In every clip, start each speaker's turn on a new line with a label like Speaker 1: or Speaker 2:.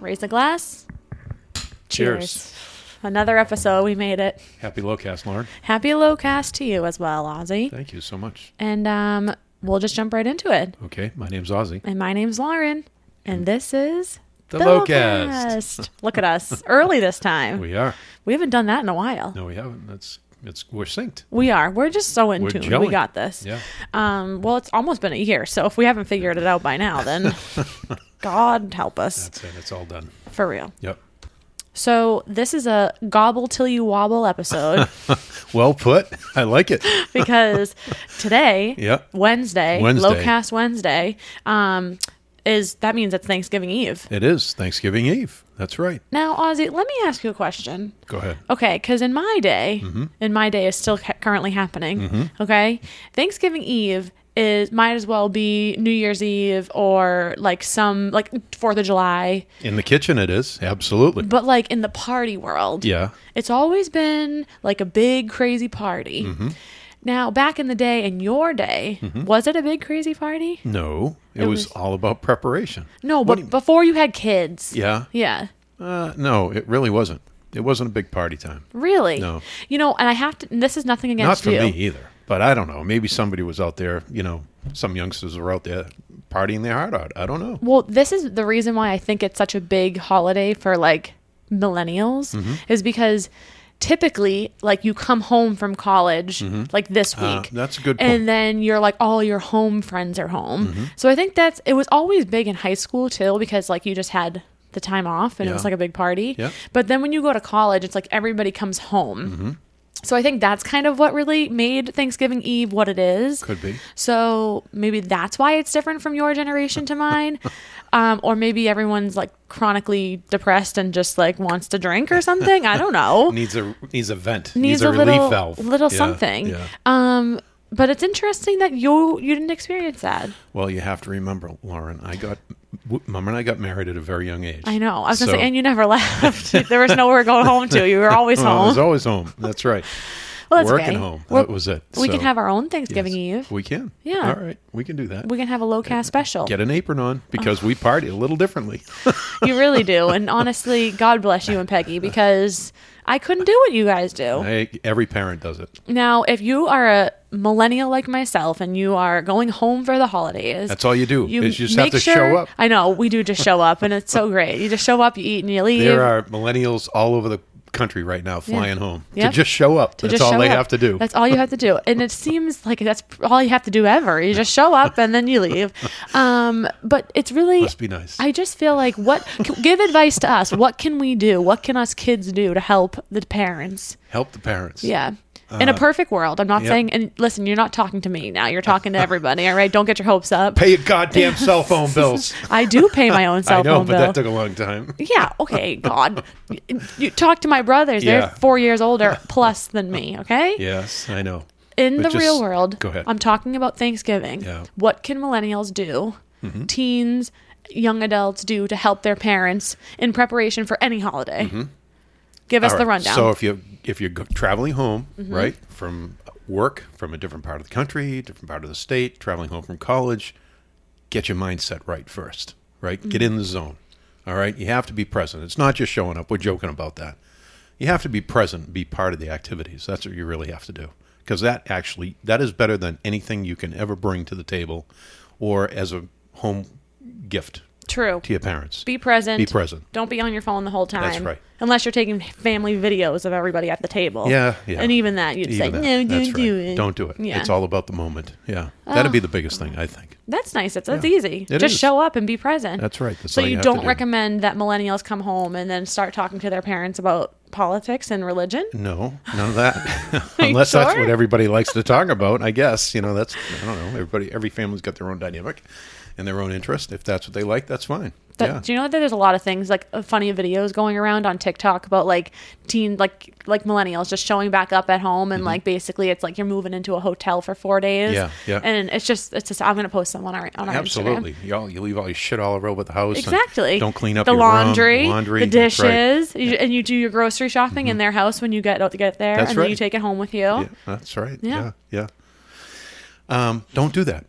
Speaker 1: Raise a glass.
Speaker 2: Cheers.
Speaker 1: Another episode. We made it.
Speaker 2: Happy Lowcast, Lauren.
Speaker 1: Happy low cast to you as well, Ozzy.
Speaker 2: Thank you so much.
Speaker 1: And um, we'll just jump right into it.
Speaker 2: Okay, my name's Ozzy.
Speaker 1: And my name's Lauren. And this is
Speaker 2: The Lowcast.
Speaker 1: Lowcast. Look at us. Early this time. We,
Speaker 2: We are.
Speaker 1: haven't done that in a while.
Speaker 2: No, we haven't. That's it's we're synced.
Speaker 1: We are. We're just so in
Speaker 2: We're
Speaker 1: tune. We
Speaker 2: gelling.
Speaker 1: got this.
Speaker 2: Yeah.
Speaker 1: Um, well, it's almost been a year. So if we haven't figured it out by now, then God help us.
Speaker 2: That's it. It's all done.
Speaker 1: For real.
Speaker 2: Yep.
Speaker 1: So this is a gobble till you wobble episode
Speaker 2: Well put. I like it.
Speaker 1: because today,
Speaker 2: Yep.
Speaker 1: Wednesday,
Speaker 2: Wednesday.
Speaker 1: Lowcast Wednesday, um, is that means it's Thanksgiving Eve.
Speaker 2: It is Thanksgiving Eve. That's right.
Speaker 1: Now, Ozzy, let me ask you a question.
Speaker 2: Go ahead.
Speaker 1: Okay, because in my day,
Speaker 2: Mm-hmm.
Speaker 1: and my day is still ca- currently happening. Okay, Thanksgiving Eve is might as well be New Year's Eve or like some like Fourth of July,
Speaker 2: In the kitchen it is. Absolutely.
Speaker 1: but like in the party world,
Speaker 2: Yeah.
Speaker 1: it's always been like a big crazy party.
Speaker 2: Mm-hmm.
Speaker 1: Now, back in the day, in your day, was it a big crazy party?
Speaker 2: No. It, was,
Speaker 1: was-
Speaker 2: all about preparation.
Speaker 1: No,
Speaker 2: What do
Speaker 1: but before you had kids.
Speaker 2: Yeah.
Speaker 1: Yeah.
Speaker 2: Uh, no, it really wasn't. It wasn't a big party time.
Speaker 1: Really?
Speaker 2: No.
Speaker 1: You know, and I have to. and This is nothing
Speaker 2: Not
Speaker 1: against
Speaker 2: for
Speaker 1: you.
Speaker 2: me either. But I don't know. Maybe somebody was out there, you know, some youngsters were out there partying their heart out. I don't know.
Speaker 1: Well, this is the reason why I think it's such a big holiday for like millennials
Speaker 2: Mm-hmm.
Speaker 1: is because typically like you come home from college like this week.
Speaker 2: Uh, that's a good point. Mm-hmm.
Speaker 1: and then you're like all your home friends are home. So I think that's it was always big in high school too because like you just had the time off and it was
Speaker 2: Yeah.
Speaker 1: like a big party.
Speaker 2: Yeah. Mm-hmm.
Speaker 1: But then when you go to college it's like everybody comes home. So I think that's kind of what really made Thanksgiving Eve what it is.
Speaker 2: Could be.
Speaker 1: So maybe that's why it's different from your generation to mine. um, or maybe everyone's like chronically depressed and just like wants to drink or something. I don't know.
Speaker 2: needs a needs a vent
Speaker 1: Needs a
Speaker 2: relief
Speaker 1: little-
Speaker 2: valve
Speaker 1: little
Speaker 2: Yeah,
Speaker 1: something.
Speaker 2: yeah.
Speaker 1: Um, but it's interesting that you you didn't experience that.
Speaker 2: well you have to remember lauren i got w- mom and i got married at a very young age
Speaker 1: I know. I was gonna
Speaker 2: So-
Speaker 1: say, and you never left. there was nowhere going home to. You were always
Speaker 2: well, I was
Speaker 1: home.
Speaker 2: always home that's right
Speaker 1: Well, that's okay.
Speaker 2: working home
Speaker 1: We're-
Speaker 2: that was it
Speaker 1: we can
Speaker 2: So,
Speaker 1: have our own
Speaker 2: yes,
Speaker 1: Thanksgiving Eve.
Speaker 2: we can
Speaker 1: Yeah.
Speaker 2: all right we can do that
Speaker 1: We can have a low cast special.
Speaker 2: get an apron on because we party a little differently
Speaker 1: You really do. And honestly, God bless you and Peggy because I couldn't do what you guys do.
Speaker 2: I, every parent does it
Speaker 1: Now, if you are a millennial like myself and you are going home for the holidays,
Speaker 2: that's all you do is you just have to show up
Speaker 1: I know we do just show up, and it's so great. You just show up, you eat, and you leave.
Speaker 2: there are millennials all over the country right now flying home
Speaker 1: Yep.
Speaker 2: to just show up
Speaker 1: You
Speaker 2: that's
Speaker 1: just
Speaker 2: all
Speaker 1: show
Speaker 2: they
Speaker 1: up.
Speaker 2: have to do
Speaker 1: That's all you have to do, and it seems like that's all you have to do ever. You just show up and then you leave. Um, but it's really
Speaker 2: must be nice
Speaker 1: I just feel like what c- give advice to us. What can we do? What can us kids do to help the parents?
Speaker 2: help the parents
Speaker 1: Yeah. In a perfect world, I'm not
Speaker 2: Uh, yep.
Speaker 1: saying. And listen, you're not talking to me now. You're talking to everybody. All right, don't get your hopes up.
Speaker 2: pay your goddamn cell phone bills
Speaker 1: I do pay my own cell
Speaker 2: I know,
Speaker 1: phone
Speaker 2: but
Speaker 1: bill.
Speaker 2: that took a long time.
Speaker 1: yeah. Okay. God, You- you talk to my brothers. They're
Speaker 2: Yeah.
Speaker 1: four years older plus than me. Okay.
Speaker 2: Yes, I know.
Speaker 1: In
Speaker 2: But
Speaker 1: the
Speaker 2: just-
Speaker 1: real world,
Speaker 2: go ahead.
Speaker 1: I'm talking about Thanksgiving.
Speaker 2: Yeah. Mm-hmm.
Speaker 1: What can millennials do? Teens, young adults do to help their parents in preparation for any holiday. Give us
Speaker 2: Mm-hmm. All
Speaker 1: the
Speaker 2: right,
Speaker 1: rundown. Mm-hmm.
Speaker 2: So if you if you're go- traveling home, right, from work, from a different part of the country, different part of the state, traveling home from college, get your mindset right first, right? Get
Speaker 1: Mm-hmm.
Speaker 2: in the zone. All right, you have to be present. It's not just showing up. We're joking about that. You have to be present, be part of the activities. That's what you really have to do because that actually that is better than anything you can ever bring to the table or as a home gift
Speaker 1: True.
Speaker 2: to your parents.
Speaker 1: Be present.
Speaker 2: Be present.
Speaker 1: Don't be on your phone the whole time.
Speaker 2: That's right.
Speaker 1: Unless you're taking family videos of everybody at the table.
Speaker 2: Yeah, yeah.
Speaker 1: And even that, you'd say,
Speaker 2: Even that.
Speaker 1: no,
Speaker 2: That's
Speaker 1: don't
Speaker 2: right.
Speaker 1: do it.
Speaker 2: Don't do it.
Speaker 1: Yeah. Oh.
Speaker 2: It's all about the moment. Yeah. That'd be the biggest thing, I think.
Speaker 1: That's nice. It's, that's
Speaker 2: Yeah.
Speaker 1: easy.
Speaker 2: It
Speaker 1: Just
Speaker 2: is.
Speaker 1: show up and be present.
Speaker 2: That's right. That's
Speaker 1: so
Speaker 2: all
Speaker 1: you,
Speaker 2: you have to
Speaker 1: don't
Speaker 2: do.
Speaker 1: recommend that millennials come home and then start talking to their parents about politics and religion?
Speaker 2: No, none of that.
Speaker 1: you
Speaker 2: Unless that's
Speaker 1: sure?
Speaker 2: what everybody likes to talk about, I guess. You know, that's, I don't know. Everybody, every family's got their own dynamic and their own interest. If that's what they like, that's fine.
Speaker 1: That,
Speaker 2: yeah.
Speaker 1: Do you know that there's a lot of things like uh, funny videos going around on TikTok about like teen like like millennials just showing back up at home and like basically it's like you're moving into a hotel for four days.
Speaker 2: Mm-hmm. Yeah, yeah.
Speaker 1: And it's just it's just I'm gonna post some on our on our Instagram.
Speaker 2: Absolutely. You, all, you leave all your shit all over the house. and
Speaker 1: Exactly.
Speaker 2: Don't clean up
Speaker 1: the
Speaker 2: your room,
Speaker 1: laundry,
Speaker 2: laundry,
Speaker 1: the
Speaker 2: that's right. Mm-hmm.
Speaker 1: dishes, you, and you do your grocery shopping in their house when you get out to get there,
Speaker 2: That's
Speaker 1: and then
Speaker 2: right.
Speaker 1: you take it home with you.
Speaker 2: Yeah, that's right.
Speaker 1: Yeah.
Speaker 2: Yeah. yeah. Um, don't do that.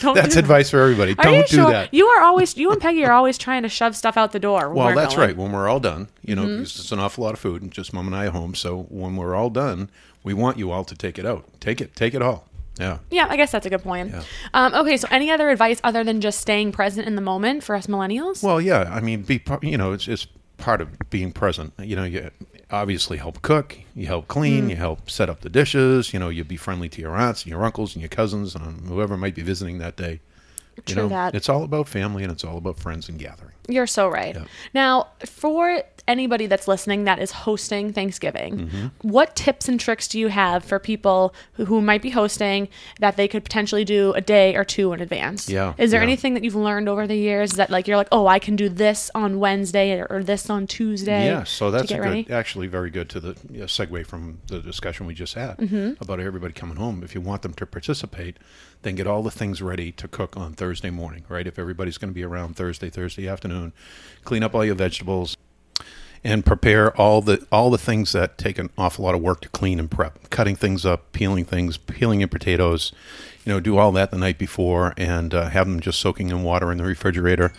Speaker 1: Don't
Speaker 2: That's
Speaker 1: do that.
Speaker 2: advice for everybody.
Speaker 1: Are
Speaker 2: don't
Speaker 1: you
Speaker 2: do
Speaker 1: sure?
Speaker 2: that.
Speaker 1: You are always you and Peggy are always trying to shove stuff out the door. when
Speaker 2: Well,
Speaker 1: we're
Speaker 2: that's
Speaker 1: going. Mm-hmm.
Speaker 2: right. When we're all done, you know, 'cause it's an awful lot of food, and just mom and I at home. So when we're all done, we want you all to take it out. Take it. Take it all. Yeah.
Speaker 1: Yeah, I guess that's a good point. Um, okay, so any other advice other than just staying present in the moment for us millennials?
Speaker 2: Well, yeah. I mean, be par- you know, it's it's part of being present. You know, you obviously help cook, you help clean,
Speaker 1: Mm.
Speaker 2: you help set up the dishes. You know, you be friendly to your aunts and your uncles and your cousins and whoever might be visiting that day. You
Speaker 1: True
Speaker 2: know,
Speaker 1: that.
Speaker 2: it's all about family and it's all about friends and gathering.
Speaker 1: You're so right. Now, for anybody that's listening that is hosting Thanksgiving,
Speaker 2: Mm-hmm.
Speaker 1: what tips and tricks do you have for people who, who might be hosting that they could potentially do a day or two in advance?
Speaker 2: Yeah,
Speaker 1: Is there
Speaker 2: yeah.
Speaker 1: anything that you've learned over the years that like you're like, oh, I can do this on Wednesday or, or this on Tuesday?
Speaker 2: Yeah, so
Speaker 1: to
Speaker 2: that's a
Speaker 1: get
Speaker 2: good,
Speaker 1: ready?
Speaker 2: actually very good to the you know, segue from the discussion we just had
Speaker 1: Mm-hmm.
Speaker 2: about everybody coming home. If you want them to participate, then get all the things ready to cook on Thursday morning, right? If everybody's going to be around Thursday, Thursday afternoon, clean up all your vegetables and prepare all the all the things that take an awful lot of work to clean and prep. Cutting things up, peeling things, peeling your potatoes, you know, do all that the night before and uh, have them just soaking in water in the refrigerator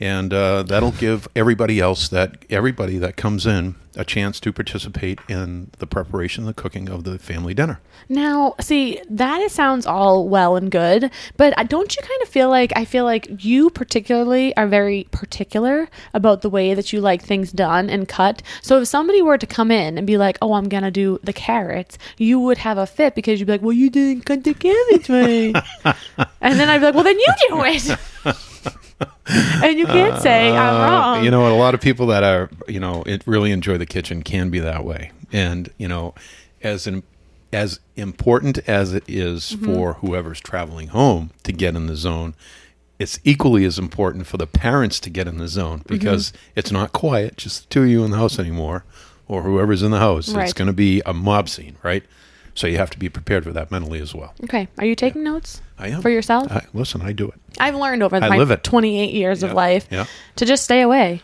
Speaker 2: and uh, that'll give everybody else that everybody that comes in a chance to participate in the preparation, the cooking of the family dinner.
Speaker 1: Now, see, that it sounds all well and good, but I- don't you kind of feel like I feel like you particularly are very particular about the way that you like things done and cut. So if somebody were to come in and be like, "Oh, I'm gonna do the carrots," you would have a fit because you'd be like, "Well, you didn't cut the carrots right," and then I'd be like, "Well, then you do it." and you can't say I'm
Speaker 2: Uh,
Speaker 1: wrong.
Speaker 2: you know, a lot of people that are you know it really enjoy the kitchen can be that way, and you know, as in, as important as it is
Speaker 1: Mm-hmm.
Speaker 2: for whoever's traveling home to get in the zone. It's equally as important for the parents to get in the zone
Speaker 1: Mm-hmm.
Speaker 2: because it's not quiet, just the two of you in the house anymore, or whoever's in the house. It's
Speaker 1: Right.
Speaker 2: going to be a mob scene, right? So you have to be prepared for that mentally as well.
Speaker 1: okay, are you taking notes?
Speaker 2: I am
Speaker 1: For yourself?
Speaker 2: I, listen, I do it.
Speaker 1: I've learned over
Speaker 2: I
Speaker 1: my
Speaker 2: live it.
Speaker 1: 28 years
Speaker 2: Yeah,
Speaker 1: of life
Speaker 2: yeah.
Speaker 1: to just stay away.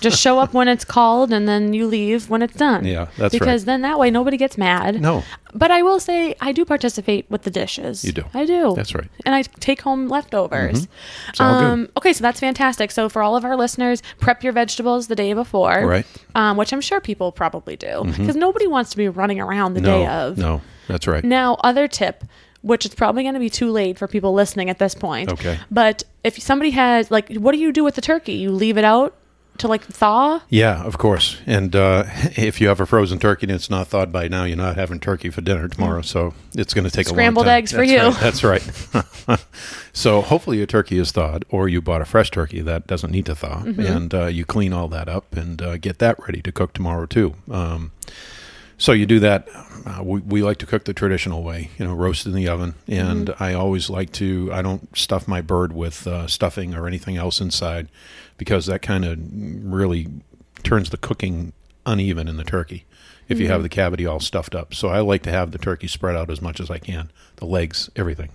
Speaker 1: just show up when it's called and then you leave when it's done.
Speaker 2: Yeah, that's right.
Speaker 1: Because then that way nobody gets mad.
Speaker 2: No.
Speaker 1: But I will say I do participate with the dishes.
Speaker 2: You do.
Speaker 1: I do.
Speaker 2: That's right. Mm-hmm.
Speaker 1: And I take home leftovers. Um,
Speaker 2: It's all good.
Speaker 1: okay, so that's fantastic. So for all of our listeners, prep your vegetables the day before.
Speaker 2: Right. Mm-hmm.
Speaker 1: Um, which I'm sure people probably do because nobody wants to be running around the day
Speaker 2: No,
Speaker 1: of.
Speaker 2: no, that's right.
Speaker 1: Now, other tip, which it's probably going to be too late for people listening at this point.
Speaker 2: Okay.
Speaker 1: But if somebody has, like, what do you do with the turkey? You leave it out to, like, thaw?
Speaker 2: Yeah, of course. And uh, if you have a frozen turkey and it's not thawed by now, you're not having turkey for dinner tomorrow. So it's going to take
Speaker 1: Mm. Scrambled
Speaker 2: a long time.
Speaker 1: eggs for
Speaker 2: That's right, That's right. so hopefully your turkey is thawed, or you bought a fresh turkey that doesn't need to thaw,
Speaker 1: Mm-hmm.
Speaker 2: and uh, you clean all that up and uh, get that ready to cook tomorrow too. Um, so you do that. Uh, we, we like to cook the traditional way, you know, roast in the oven. And
Speaker 1: Mm-hmm.
Speaker 2: I always like to, I don't stuff my bird with uh, stuffing or anything else inside because that kind of really turns the cooking uneven in the turkey if you have
Speaker 1: Mm-hmm.
Speaker 2: the cavity all stuffed up. So I like to have the turkey spread out as much as I can, the legs, everything.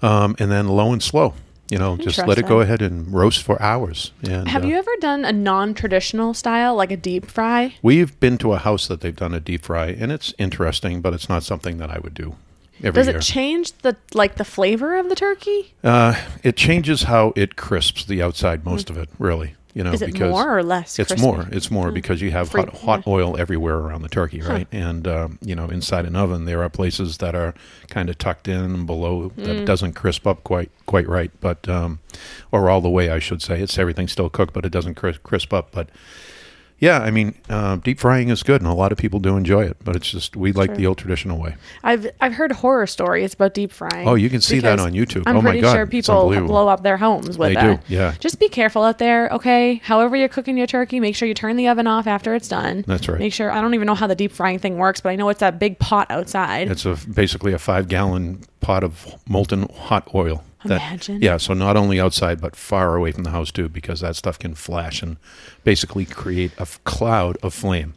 Speaker 2: Um, and then low and slow, you know, just let it
Speaker 1: Interesting.
Speaker 2: go ahead and roast for hours. And
Speaker 1: Have
Speaker 2: uh,
Speaker 1: you ever done a non traditional style, like a deep fry?
Speaker 2: We've been to a house that they've done a deep fry, and it's interesting, but it's not something that I would do every
Speaker 1: Does
Speaker 2: year.
Speaker 1: it change the, like, the flavor of the turkey?
Speaker 2: uh, it changes how it crisps the outside most of it, really. You know,
Speaker 1: Mm. Is it
Speaker 2: because
Speaker 1: more or less?
Speaker 2: it's
Speaker 1: crispy?
Speaker 2: more. It's more because you have
Speaker 1: Free-
Speaker 2: hot, hot oil everywhere around the turkey, right? And um, you know, inside an oven, there are places that are kind of tucked in and below that it doesn't crisp up quite quite right, but um, or all the way, I should say. It's everything's still cooked, but it doesn't crisp, crisp up. But yeah, I mean, uh, deep frying is good, and a lot of people do enjoy it. But it's just we like the old traditional way.
Speaker 1: I've I've heard horror stories about deep frying.
Speaker 2: Oh, you can see that
Speaker 1: because
Speaker 2: on YouTube.
Speaker 1: I'm
Speaker 2: Oh my
Speaker 1: pretty
Speaker 2: God,
Speaker 1: sure
Speaker 2: it's
Speaker 1: people
Speaker 2: unbelievable.
Speaker 1: blow up their homes with
Speaker 2: They
Speaker 1: that.
Speaker 2: do, yeah.
Speaker 1: Just be careful out there, okay? However you're cooking your turkey, make sure you turn the oven off after it's done.
Speaker 2: That's right.
Speaker 1: Make sure I don't even know how the deep frying thing works, but I know it's that big pot outside.
Speaker 2: It's a basically a five gallon pot of molten hot oil.
Speaker 1: Imagine.
Speaker 2: Yeah, so not only outside but far away from the house too, because that stuff can flash and basically create a f- cloud of flame.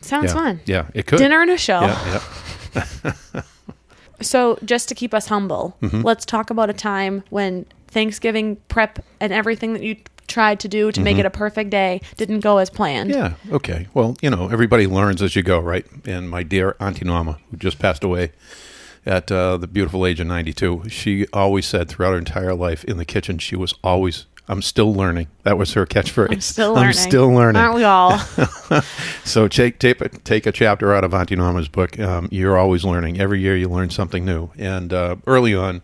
Speaker 1: Sounds
Speaker 2: yeah,
Speaker 1: fun.
Speaker 2: Yeah, it could.
Speaker 1: Dinner and a show.
Speaker 2: Yeah, yeah.
Speaker 1: So, just to keep us humble,
Speaker 2: Mm-hmm.
Speaker 1: let's talk about a time when Thanksgiving prep and everything that you tried to do to make it a perfect day didn't go as planned.
Speaker 2: Mm-hmm. Yeah. Okay. Well, you know, everybody learns as you go, right? And my dear Auntie Norma, who just passed away, at uh, the beautiful age of 92, she always said throughout her entire life in the kitchen, she was always, I'm still learning. That was her catchphrase.
Speaker 1: I'm still learning.
Speaker 2: I'm still learning.
Speaker 1: Aren't we all?
Speaker 2: So take take a, take a chapter out of Auntie Norma's book. Um, you're always learning. Every year you learn something new. And uh, early on,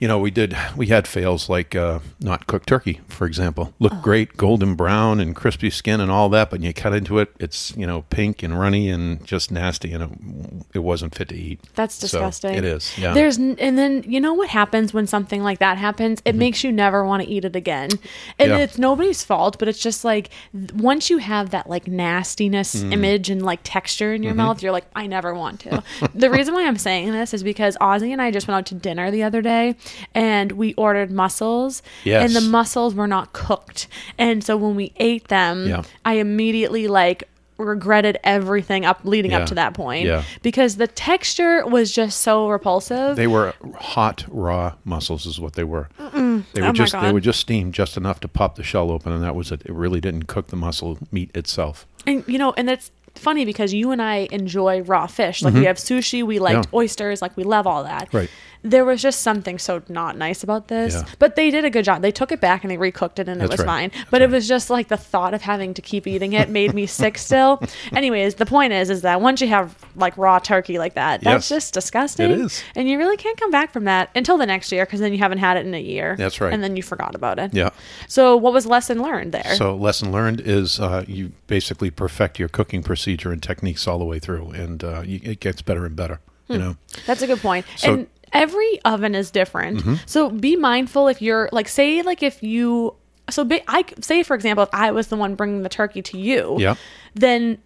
Speaker 2: you know, we did we had fails like uh, not cooked turkey, for example. Look
Speaker 1: Oh.
Speaker 2: great, golden brown and crispy skin and all that, but you cut into it, it's you know pink and runny and just nasty, and it, it wasn't fit to eat.
Speaker 1: That's
Speaker 2: So
Speaker 1: disgusting.
Speaker 2: it is. Yeah.
Speaker 1: There's n- and then you know what happens when something like that happens? It makes you never want to eat it again. And
Speaker 2: Mm-hmm. Yeah.
Speaker 1: it's nobody's fault, but it's just like th- once you have that like nastiness
Speaker 2: Mm.
Speaker 1: image and like texture in your
Speaker 2: Mm-hmm.
Speaker 1: mouth, you're like I never want to. the reason why I'm saying this is because Ozzy and I just went out to dinner the other day and we ordered mussels and
Speaker 2: Yes.
Speaker 1: the mussels were not cooked. And so when we ate them,
Speaker 2: Yeah.
Speaker 1: I immediately like regretted everything up leading
Speaker 2: Yeah.
Speaker 1: up to that point
Speaker 2: Yeah.
Speaker 1: because the texture was just so repulsive.
Speaker 2: They were hot raw mussels, is what they were. They were
Speaker 1: Oh my
Speaker 2: just they
Speaker 1: God.
Speaker 2: were just steamed just enough to pop the shell open, and that was it. It really didn't cook the mussel meat itself.
Speaker 1: and you know, and that's funny because you and I enjoy raw fish. Like we have sushi, we liked
Speaker 2: Mm-hmm. Yeah.
Speaker 1: oysters, like we love all that.
Speaker 2: Right.
Speaker 1: There was just something so not nice about this.
Speaker 2: Yeah.
Speaker 1: But they did a good job. They took it back and they recooked it and
Speaker 2: That's
Speaker 1: it was
Speaker 2: right.
Speaker 1: fine. But it was just like the thought of having to keep eating it made me sick still. Anyways, the point is is that once you have like raw turkey like that, that's
Speaker 2: Yes.
Speaker 1: just disgusting.
Speaker 2: It is.
Speaker 1: And you really can't come back from that until the next year because then you haven't had it in a year.
Speaker 2: That's right.
Speaker 1: And then you forgot about it.
Speaker 2: Yeah.
Speaker 1: So what was lesson learned there?
Speaker 2: So lesson learned is uh, you basically perfect your cooking procedure and techniques all the way through, and uh, you, it gets better and better. You know,
Speaker 1: That's a good point.
Speaker 2: So- Mm-hmm.
Speaker 1: and every oven is different. So be mindful if you're like, say, like if you, so be, I say, for example, if I was the one bringing the turkey to you,
Speaker 2: Yeah.
Speaker 1: then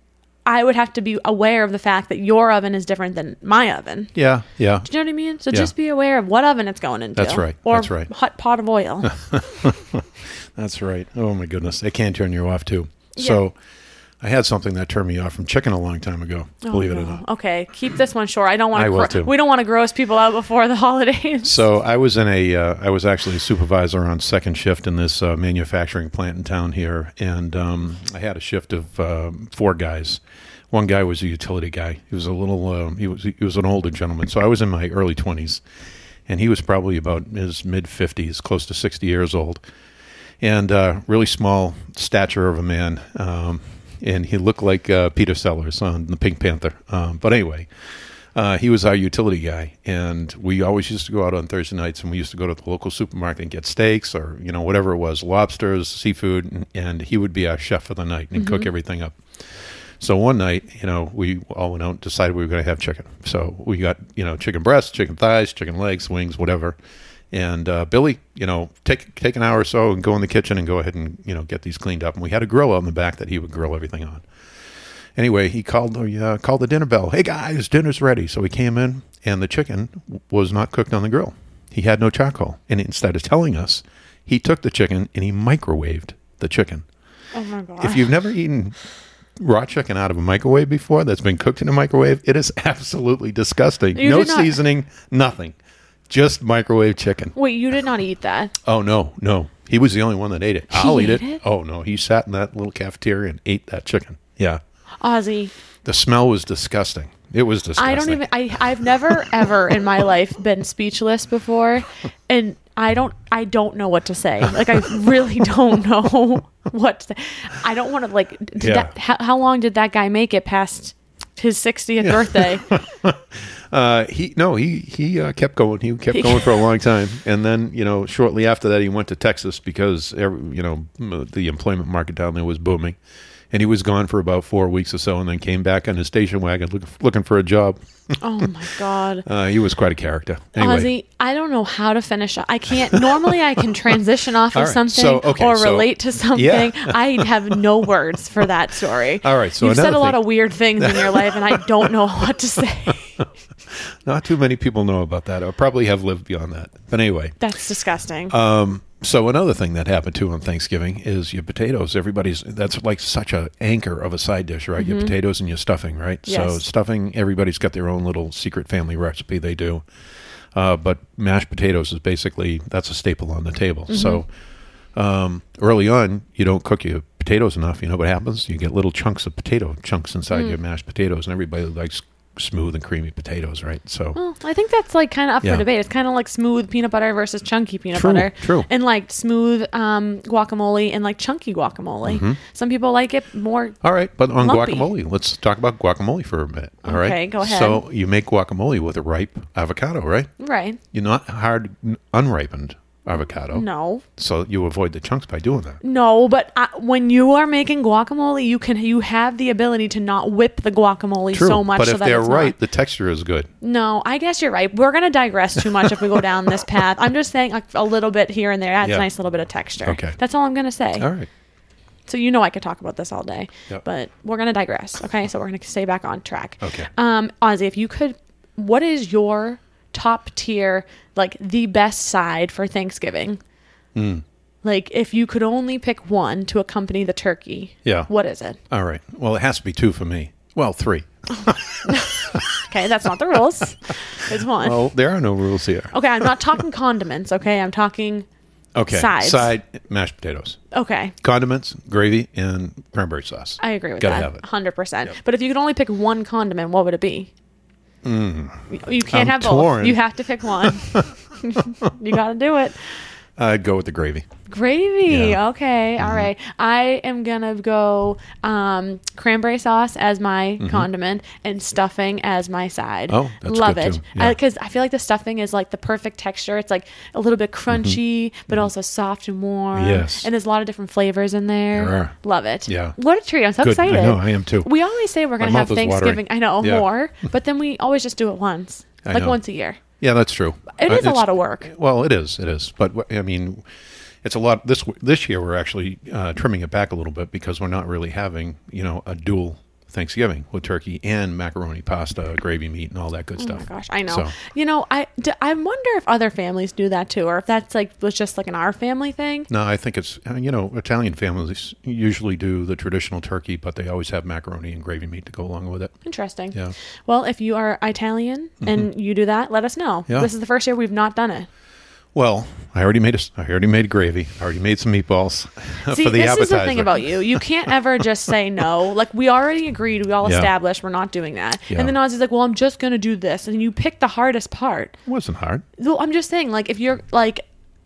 Speaker 1: I would have to be aware of the fact that your oven is different than my oven.
Speaker 2: yeah, yeah.
Speaker 1: Do you know what I mean? So
Speaker 2: Yeah.
Speaker 1: just be aware of what oven it's going into.
Speaker 2: That's right.
Speaker 1: Or
Speaker 2: That's right.
Speaker 1: hot pot of oil.
Speaker 2: That's right. Oh my goodness, they can turn you off too. So, I had something that turned me off from chicken a long time ago. believe it or
Speaker 1: Oh,
Speaker 2: not.
Speaker 1: Okay, keep this one short. I don't want
Speaker 2: I
Speaker 1: to.
Speaker 2: will too.
Speaker 1: we don't want to gross people out before the holidays.
Speaker 2: So I was in a, uh, I was actually a supervisor on second shift in this uh, manufacturing plant in town here, and um, I had a shift of um four guys. One guy was a utility guy. He was a little, um, he was he was an older gentleman. So I was in my early twenties, and he was probably about his mid fifties, close to sixty years old, and uh, really small stature of a man. Um, and he looked like uh, Peter Sellers on the Pink Panther. Um, but anyway, uh, he was our utility guy, and we always used to go out on Thursday nights, and we used to go to the local supermarket and get steaks or you know whatever it was, lobsters, seafood, and, and he would be our chef for the night and cook everything up. So one night, you know, we all went out and decided we were going to have chicken. So we got you know chicken breasts, chicken thighs, chicken legs, wings, whatever. And uh, Billy, you know, take take an hour or so and go in the kitchen and go ahead and you know get these cleaned up. And we had a grill out in the back that he would grill everything on. Anyway, he called the uh, called the dinner bell. Hey guys, dinner's ready. So he came in, and the chicken w- was not cooked on the grill. He had no charcoal, and instead of telling us, he took the chicken and he microwaved the chicken.
Speaker 1: Oh my god.
Speaker 2: If you've never eaten raw chicken out of a microwave before that's been cooked in a microwave, it is absolutely disgusting.
Speaker 1: You
Speaker 2: no
Speaker 1: did not-
Speaker 2: seasoning, nothing, just microwave chicken.
Speaker 1: Wait, you did not eat that.
Speaker 2: Oh no, no. He was the only one that ate it. I'll eat
Speaker 1: ate
Speaker 2: it.
Speaker 1: it?
Speaker 2: Oh no, he sat in that little cafeteria and ate that chicken. Yeah.
Speaker 1: Ozzy,
Speaker 2: The smell was disgusting. It was disgusting.
Speaker 1: I don't even. I I've never ever in my life been speechless before, and I don't. I don't know what to say. Like I really don't know what. To say. I don't want to like. Did
Speaker 2: Yeah.
Speaker 1: that, how, how long did that guy make it past his 60th birthday?
Speaker 2: Uh, he no, he he uh, kept going. He kept going for a long time, and then you know, shortly after that, he went to Texas because every, you know m- the employment market down there was booming, and he was gone for about four weeks or so, and then came back on his station wagon looking looking for a job.
Speaker 1: Oh my god.
Speaker 2: Uh, he was quite a character. Anyway,
Speaker 1: Ozzy, I don't know how to finish. up. I can't. Normally, I can transition off
Speaker 2: All
Speaker 1: of
Speaker 2: right.
Speaker 1: something
Speaker 2: So, okay,
Speaker 1: or
Speaker 2: so-
Speaker 1: relate to something.
Speaker 2: Yeah.
Speaker 1: I have no words for that story.
Speaker 2: All right, so
Speaker 1: you've said
Speaker 2: another
Speaker 1: a lot
Speaker 2: thing-
Speaker 1: of weird things in your life, and I don't know what to say.
Speaker 2: not too many people know about that. I probably have lived beyond that, but anyway.
Speaker 1: That's disgusting.
Speaker 2: Um, so another thing that happened too on Thanksgiving is your potatoes. Everybody's that's like such a anchor of a side dish, right? Your potatoes and your stuffing, right? So
Speaker 1: Yes.
Speaker 2: stuffing, everybody's got their own little secret family recipe they do. Uh, but mashed potatoes is basically that's a staple on the table. So um, early on, you don't cook your potatoes enough. You know what happens? You get little chunks of potato chunks inside your mashed potatoes, and everybody likes smooth and creamy potatoes, right? So
Speaker 1: Well, I think that's like kind of up
Speaker 2: Yeah.
Speaker 1: for debate. It's kind of like smooth peanut butter versus chunky peanut
Speaker 2: True,
Speaker 1: butter.
Speaker 2: true.
Speaker 1: And like smooth um, guacamole and like chunky guacamole.
Speaker 2: Mm-hmm.
Speaker 1: Some people like it more.
Speaker 2: All right, but on
Speaker 1: Lumpy.
Speaker 2: guacamole, let's talk about guacamole for a minute. All right.
Speaker 1: Okay, go ahead.
Speaker 2: So you make guacamole with a ripe avocado, right?
Speaker 1: Right.
Speaker 2: You're not hard unripened avocado.
Speaker 1: No.
Speaker 2: So you avoid the chunks by doing that.
Speaker 1: No, but I, when you are making guacamole, you can you have the ability to not whip the guacamole so much.
Speaker 2: but
Speaker 1: so
Speaker 2: if
Speaker 1: that
Speaker 2: they're
Speaker 1: it's
Speaker 2: right,
Speaker 1: not-
Speaker 2: the texture is good.
Speaker 1: no, I guess you're right. We're gonna digress too much if we go down this path. I'm just saying a, a little bit here and there adds
Speaker 2: Yeah.
Speaker 1: a nice little bit of texture.
Speaker 2: Okay.
Speaker 1: that's all I'm gonna say.
Speaker 2: All right.
Speaker 1: So you know I could talk about this all day,
Speaker 2: Yep.
Speaker 1: but we're gonna digress. Okay, so we're gonna stay back on track.
Speaker 2: Okay.
Speaker 1: Um, Ozzy, if you could, what is your top tier, like the best side for Thanksgiving?
Speaker 2: Hmm.
Speaker 1: Like, if you could only pick one to accompany the turkey,
Speaker 2: Yeah.
Speaker 1: what is it?
Speaker 2: All right. Well, it has to be two for me. Well, three.
Speaker 1: Okay, that's not the rules. it's one.
Speaker 2: Well, there are no rules here.
Speaker 1: Okay, I'm not talking condiments. Okay, I'm talking.
Speaker 2: Okay.
Speaker 1: Sides.
Speaker 2: Side mashed potatoes,
Speaker 1: Okay,
Speaker 2: condiments, gravy, and cranberry sauce.
Speaker 1: I agree with that.
Speaker 2: Gotta have it.
Speaker 1: 100%. But if you could only pick one condiment, what would it be? You- You can't
Speaker 2: Mm. I'm
Speaker 1: have both.
Speaker 2: torn.
Speaker 1: You have to pick one. you got to do it.
Speaker 2: I'd Uh, go with the gravy.
Speaker 1: Gravy.
Speaker 2: Yeah. Mm-hmm.
Speaker 1: Okay. all right. I am going to go um, cranberry sauce as my condiment and stuffing as my side.
Speaker 2: Mm-hmm. Oh, that's
Speaker 1: Love
Speaker 2: good,
Speaker 1: it.
Speaker 2: too. Yeah.
Speaker 1: Because I feel like the stuffing is like the perfect texture. It's like a little bit crunchy, but also soft and warm.
Speaker 2: Mm-hmm. Yes.
Speaker 1: And there's a lot of different flavors in there.
Speaker 2: There are.
Speaker 1: Love it.
Speaker 2: Yeah.
Speaker 1: What a treat. I'm so
Speaker 2: Good. I
Speaker 1: excited.
Speaker 2: know, I am too.
Speaker 1: We always say we're going to
Speaker 2: mouth
Speaker 1: have
Speaker 2: is watering.
Speaker 1: Thanksgiving. I know,
Speaker 2: Yeah.
Speaker 1: more, but then we always just do it once,
Speaker 2: I
Speaker 1: like
Speaker 2: know.
Speaker 1: once a year.
Speaker 2: Yeah, that's true.
Speaker 1: It
Speaker 2: Uh,
Speaker 1: is a
Speaker 2: it's-
Speaker 1: lot of work.
Speaker 2: Well, it is. It is. But wh- I mean, it's a lot. This this year we're actually uh, trimming it back a little bit because we're not really having you know a dual Thanksgiving with turkey and macaroni pasta, gravy meat, and all that good
Speaker 1: Oh
Speaker 2: stuff.
Speaker 1: my gosh, I know.
Speaker 2: So,
Speaker 1: You know, I, d- I wonder if other families do that too, or if that's like was just like an our family thing.
Speaker 2: no, I think it's uh, you know Italian families usually do the traditional turkey, but they always have macaroni and gravy meat to go along with it.
Speaker 1: Interesting.
Speaker 2: Yeah. Mm-hmm.
Speaker 1: Well, if you are Italian and you do that, let us know.
Speaker 2: Yeah.
Speaker 1: This is the first year we've not done it.
Speaker 2: Well, I already made a s I already made gravy. I already made some meatballs
Speaker 1: See,
Speaker 2: for the
Speaker 1: this
Speaker 2: appetizer.
Speaker 1: is the thing about you. You can't ever just say no. Like we already agreed, we all
Speaker 2: Yeah.
Speaker 1: established we're not doing that.
Speaker 2: Yeah.
Speaker 1: And then Ozzy's like, "Well, I'm just going to do this," and you pick the hardest part.
Speaker 2: it wasn't hard.
Speaker 1: Well, I'm just saying, like if you're like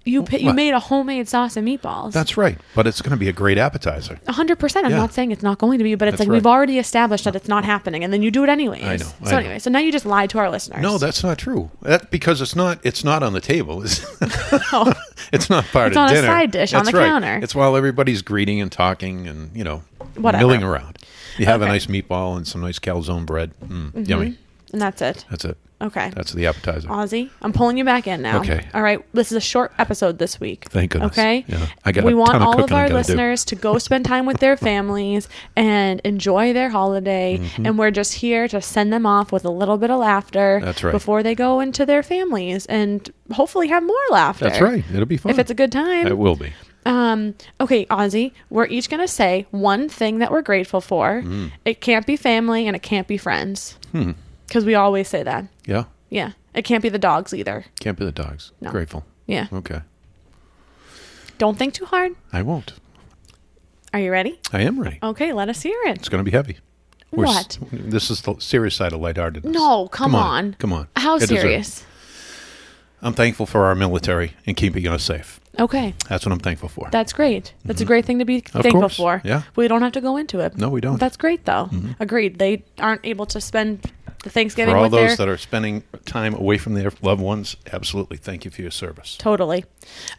Speaker 1: you pi- you
Speaker 2: What?
Speaker 1: made a homemade sauce and meatballs.
Speaker 2: That's right, but it's going to be a great appetizer.
Speaker 1: A hundred percent. I'm
Speaker 2: Yeah.
Speaker 1: not saying it's not going to be, but it's
Speaker 2: That's
Speaker 1: like we've
Speaker 2: right.
Speaker 1: already established that it's not happening, and then you do it anyways.
Speaker 2: I know, I
Speaker 1: so
Speaker 2: know.
Speaker 1: anyway, so now you just lied to our listeners.
Speaker 2: No, that's not true. That because it's not it's not on the table. It's,
Speaker 1: No.
Speaker 2: it's not part
Speaker 1: It's
Speaker 2: of
Speaker 1: on a
Speaker 2: dinner.
Speaker 1: side dish on
Speaker 2: That's
Speaker 1: the
Speaker 2: right.
Speaker 1: counter.
Speaker 2: It's while everybody's greeting and talking and you know
Speaker 1: Whatever.
Speaker 2: milling around. You have a
Speaker 1: Okay. Mm-hmm.
Speaker 2: nice meatball and some nice calzone bread. Mm, Yummy.
Speaker 1: and that's it.
Speaker 2: That's it.
Speaker 1: Okay.
Speaker 2: That's the appetizer.
Speaker 1: Ozzy, I'm pulling you back in now.
Speaker 2: Okay.
Speaker 1: All right. This is a short episode this week.
Speaker 2: Thank goodness.
Speaker 1: Okay.
Speaker 2: Yeah. I got
Speaker 1: we
Speaker 2: a
Speaker 1: want
Speaker 2: ton of
Speaker 1: all of
Speaker 2: cooking I
Speaker 1: our
Speaker 2: gotta do.
Speaker 1: listeners to go spend time with their families and enjoy their holiday.
Speaker 2: Mm-hmm.
Speaker 1: And we're just here to send them off with a little bit of laughter
Speaker 2: That's right.
Speaker 1: before they go into their families and hopefully have more laughter.
Speaker 2: That's right. It'll be fun.
Speaker 1: If it's a good time.
Speaker 2: it will be.
Speaker 1: Um, okay, Ozzy, we're each going to say one thing that we're grateful for.
Speaker 2: Mm.
Speaker 1: It can't be family and it can't be friends.
Speaker 2: Hmm.
Speaker 1: Because we always say that.
Speaker 2: Yeah.
Speaker 1: Yeah. It can't be the dogs either.
Speaker 2: Can't be the dogs.
Speaker 1: No.
Speaker 2: Grateful.
Speaker 1: Yeah.
Speaker 2: Okay.
Speaker 1: Don't think too hard.
Speaker 2: I won't.
Speaker 1: Are you ready?
Speaker 2: I am ready.
Speaker 1: Okay, let us hear it.
Speaker 2: It's going to be heavy. We're
Speaker 1: Oh. What?
Speaker 2: s- this is the serious side of lightheartedness.
Speaker 1: No, come on.
Speaker 2: Come on.
Speaker 1: How
Speaker 2: It deserves it.
Speaker 1: serious?
Speaker 2: I'm thankful for our military and keeping us safe.
Speaker 1: Okay.
Speaker 2: That's what I'm thankful for.
Speaker 1: That's great. That's a great thing to be thankful
Speaker 2: Mm-hmm. course.
Speaker 1: for.
Speaker 2: Yeah.
Speaker 1: We don't have to go into it.
Speaker 2: No, we don't. Mm-hmm.
Speaker 1: That's great, though. Agreed. They aren't able to spend the Thanksgiving
Speaker 2: for all
Speaker 1: with
Speaker 2: those
Speaker 1: their
Speaker 2: that are spending time away from their loved ones, absolutely. Thank you for your service.
Speaker 1: Totally.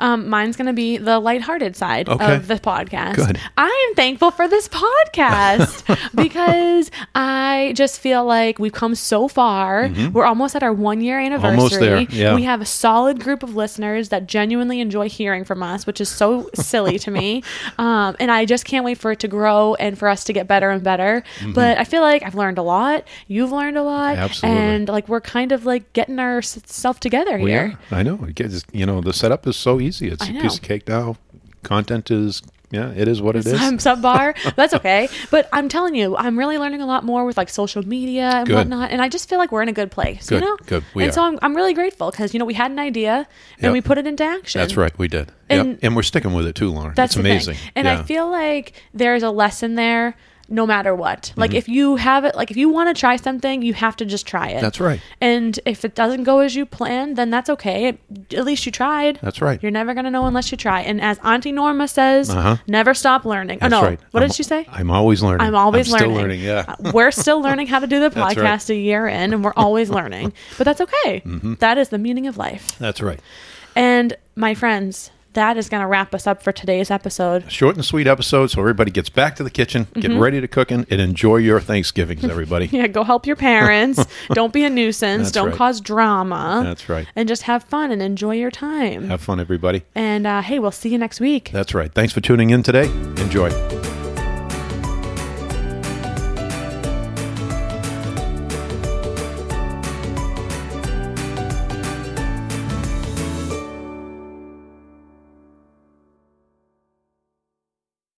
Speaker 1: Um, mine's going to be the lighthearted side
Speaker 2: Okay.
Speaker 1: of the podcast.
Speaker 2: Good.
Speaker 1: I am thankful for this podcast because I just feel like we've come so far. We're almost at our one year anniversary.
Speaker 2: Mm-hmm. Almost there, yeah.
Speaker 1: We have a solid group of listeners that genuinely enjoy hearing from us, which is so silly to me. Um, and I just can't wait for it to grow and for us to get better and better.
Speaker 2: Mm-hmm.
Speaker 1: But I feel like I've learned a lot. You've learned a lot.
Speaker 2: Absolutely.
Speaker 1: And like we're kind of like getting ourselves together here.
Speaker 2: I know. It gets, you know, the setup is so easy. It's
Speaker 1: I
Speaker 2: a
Speaker 1: know.
Speaker 2: piece of cake now. Content is, yeah, it is what it is.
Speaker 1: I'm subpar. but That's okay. But I'm telling you, I'm really learning a lot more with like social media and
Speaker 2: Good.
Speaker 1: whatnot. And I just feel like we're in a good place.
Speaker 2: Good,
Speaker 1: You know?
Speaker 2: good. We
Speaker 1: and so
Speaker 2: are.
Speaker 1: I'm, I'm really grateful because, you know, we had an idea and
Speaker 2: Yep.
Speaker 1: we put it into action.
Speaker 2: That's right. We did. Yep.
Speaker 1: And-
Speaker 2: And we're sticking with it too, Lauren.
Speaker 1: That's
Speaker 2: it's
Speaker 1: the thing.
Speaker 2: amazing.
Speaker 1: And
Speaker 2: Yeah.
Speaker 1: I feel like there's a lesson there no matter what.
Speaker 2: Mm-hmm.
Speaker 1: Like if you have it, like if you want to try something, you have to just try it.
Speaker 2: That's right.
Speaker 1: And if it doesn't go as you planned, then that's okay. at least you tried.
Speaker 2: That's right.
Speaker 1: You're never gonna know unless you try. And as Auntie Norma says,
Speaker 2: Uh-huh.
Speaker 1: never stop learning.
Speaker 2: That's
Speaker 1: oh, no.
Speaker 2: right.
Speaker 1: What
Speaker 2: I'm-
Speaker 1: did she say?
Speaker 2: I'm always learning.
Speaker 1: I'm always
Speaker 2: still
Speaker 1: learning.
Speaker 2: learning. Yeah.
Speaker 1: Uh, we're still learning how to do the
Speaker 2: That's
Speaker 1: podcast
Speaker 2: right.
Speaker 1: a year in, and we're always learning. But that's okay.
Speaker 2: Mm-hmm.
Speaker 1: That is the meaning of life.
Speaker 2: That's right.
Speaker 1: And my friends, that is going to wrap us up for today's episode.
Speaker 2: Short and sweet episode, so everybody gets back to the kitchen, get ready to cooking, and enjoy your Thanksgivings, everybody.
Speaker 1: Yeah, go help your parents. Don't be a nuisance.
Speaker 2: That's
Speaker 1: Don't
Speaker 2: right.
Speaker 1: cause drama.
Speaker 2: That's right.
Speaker 1: And just have fun and enjoy your time.
Speaker 2: Have fun, everybody.
Speaker 1: And uh, hey, we'll see you next week.
Speaker 2: That's right. Thanks for tuning in today. Enjoy.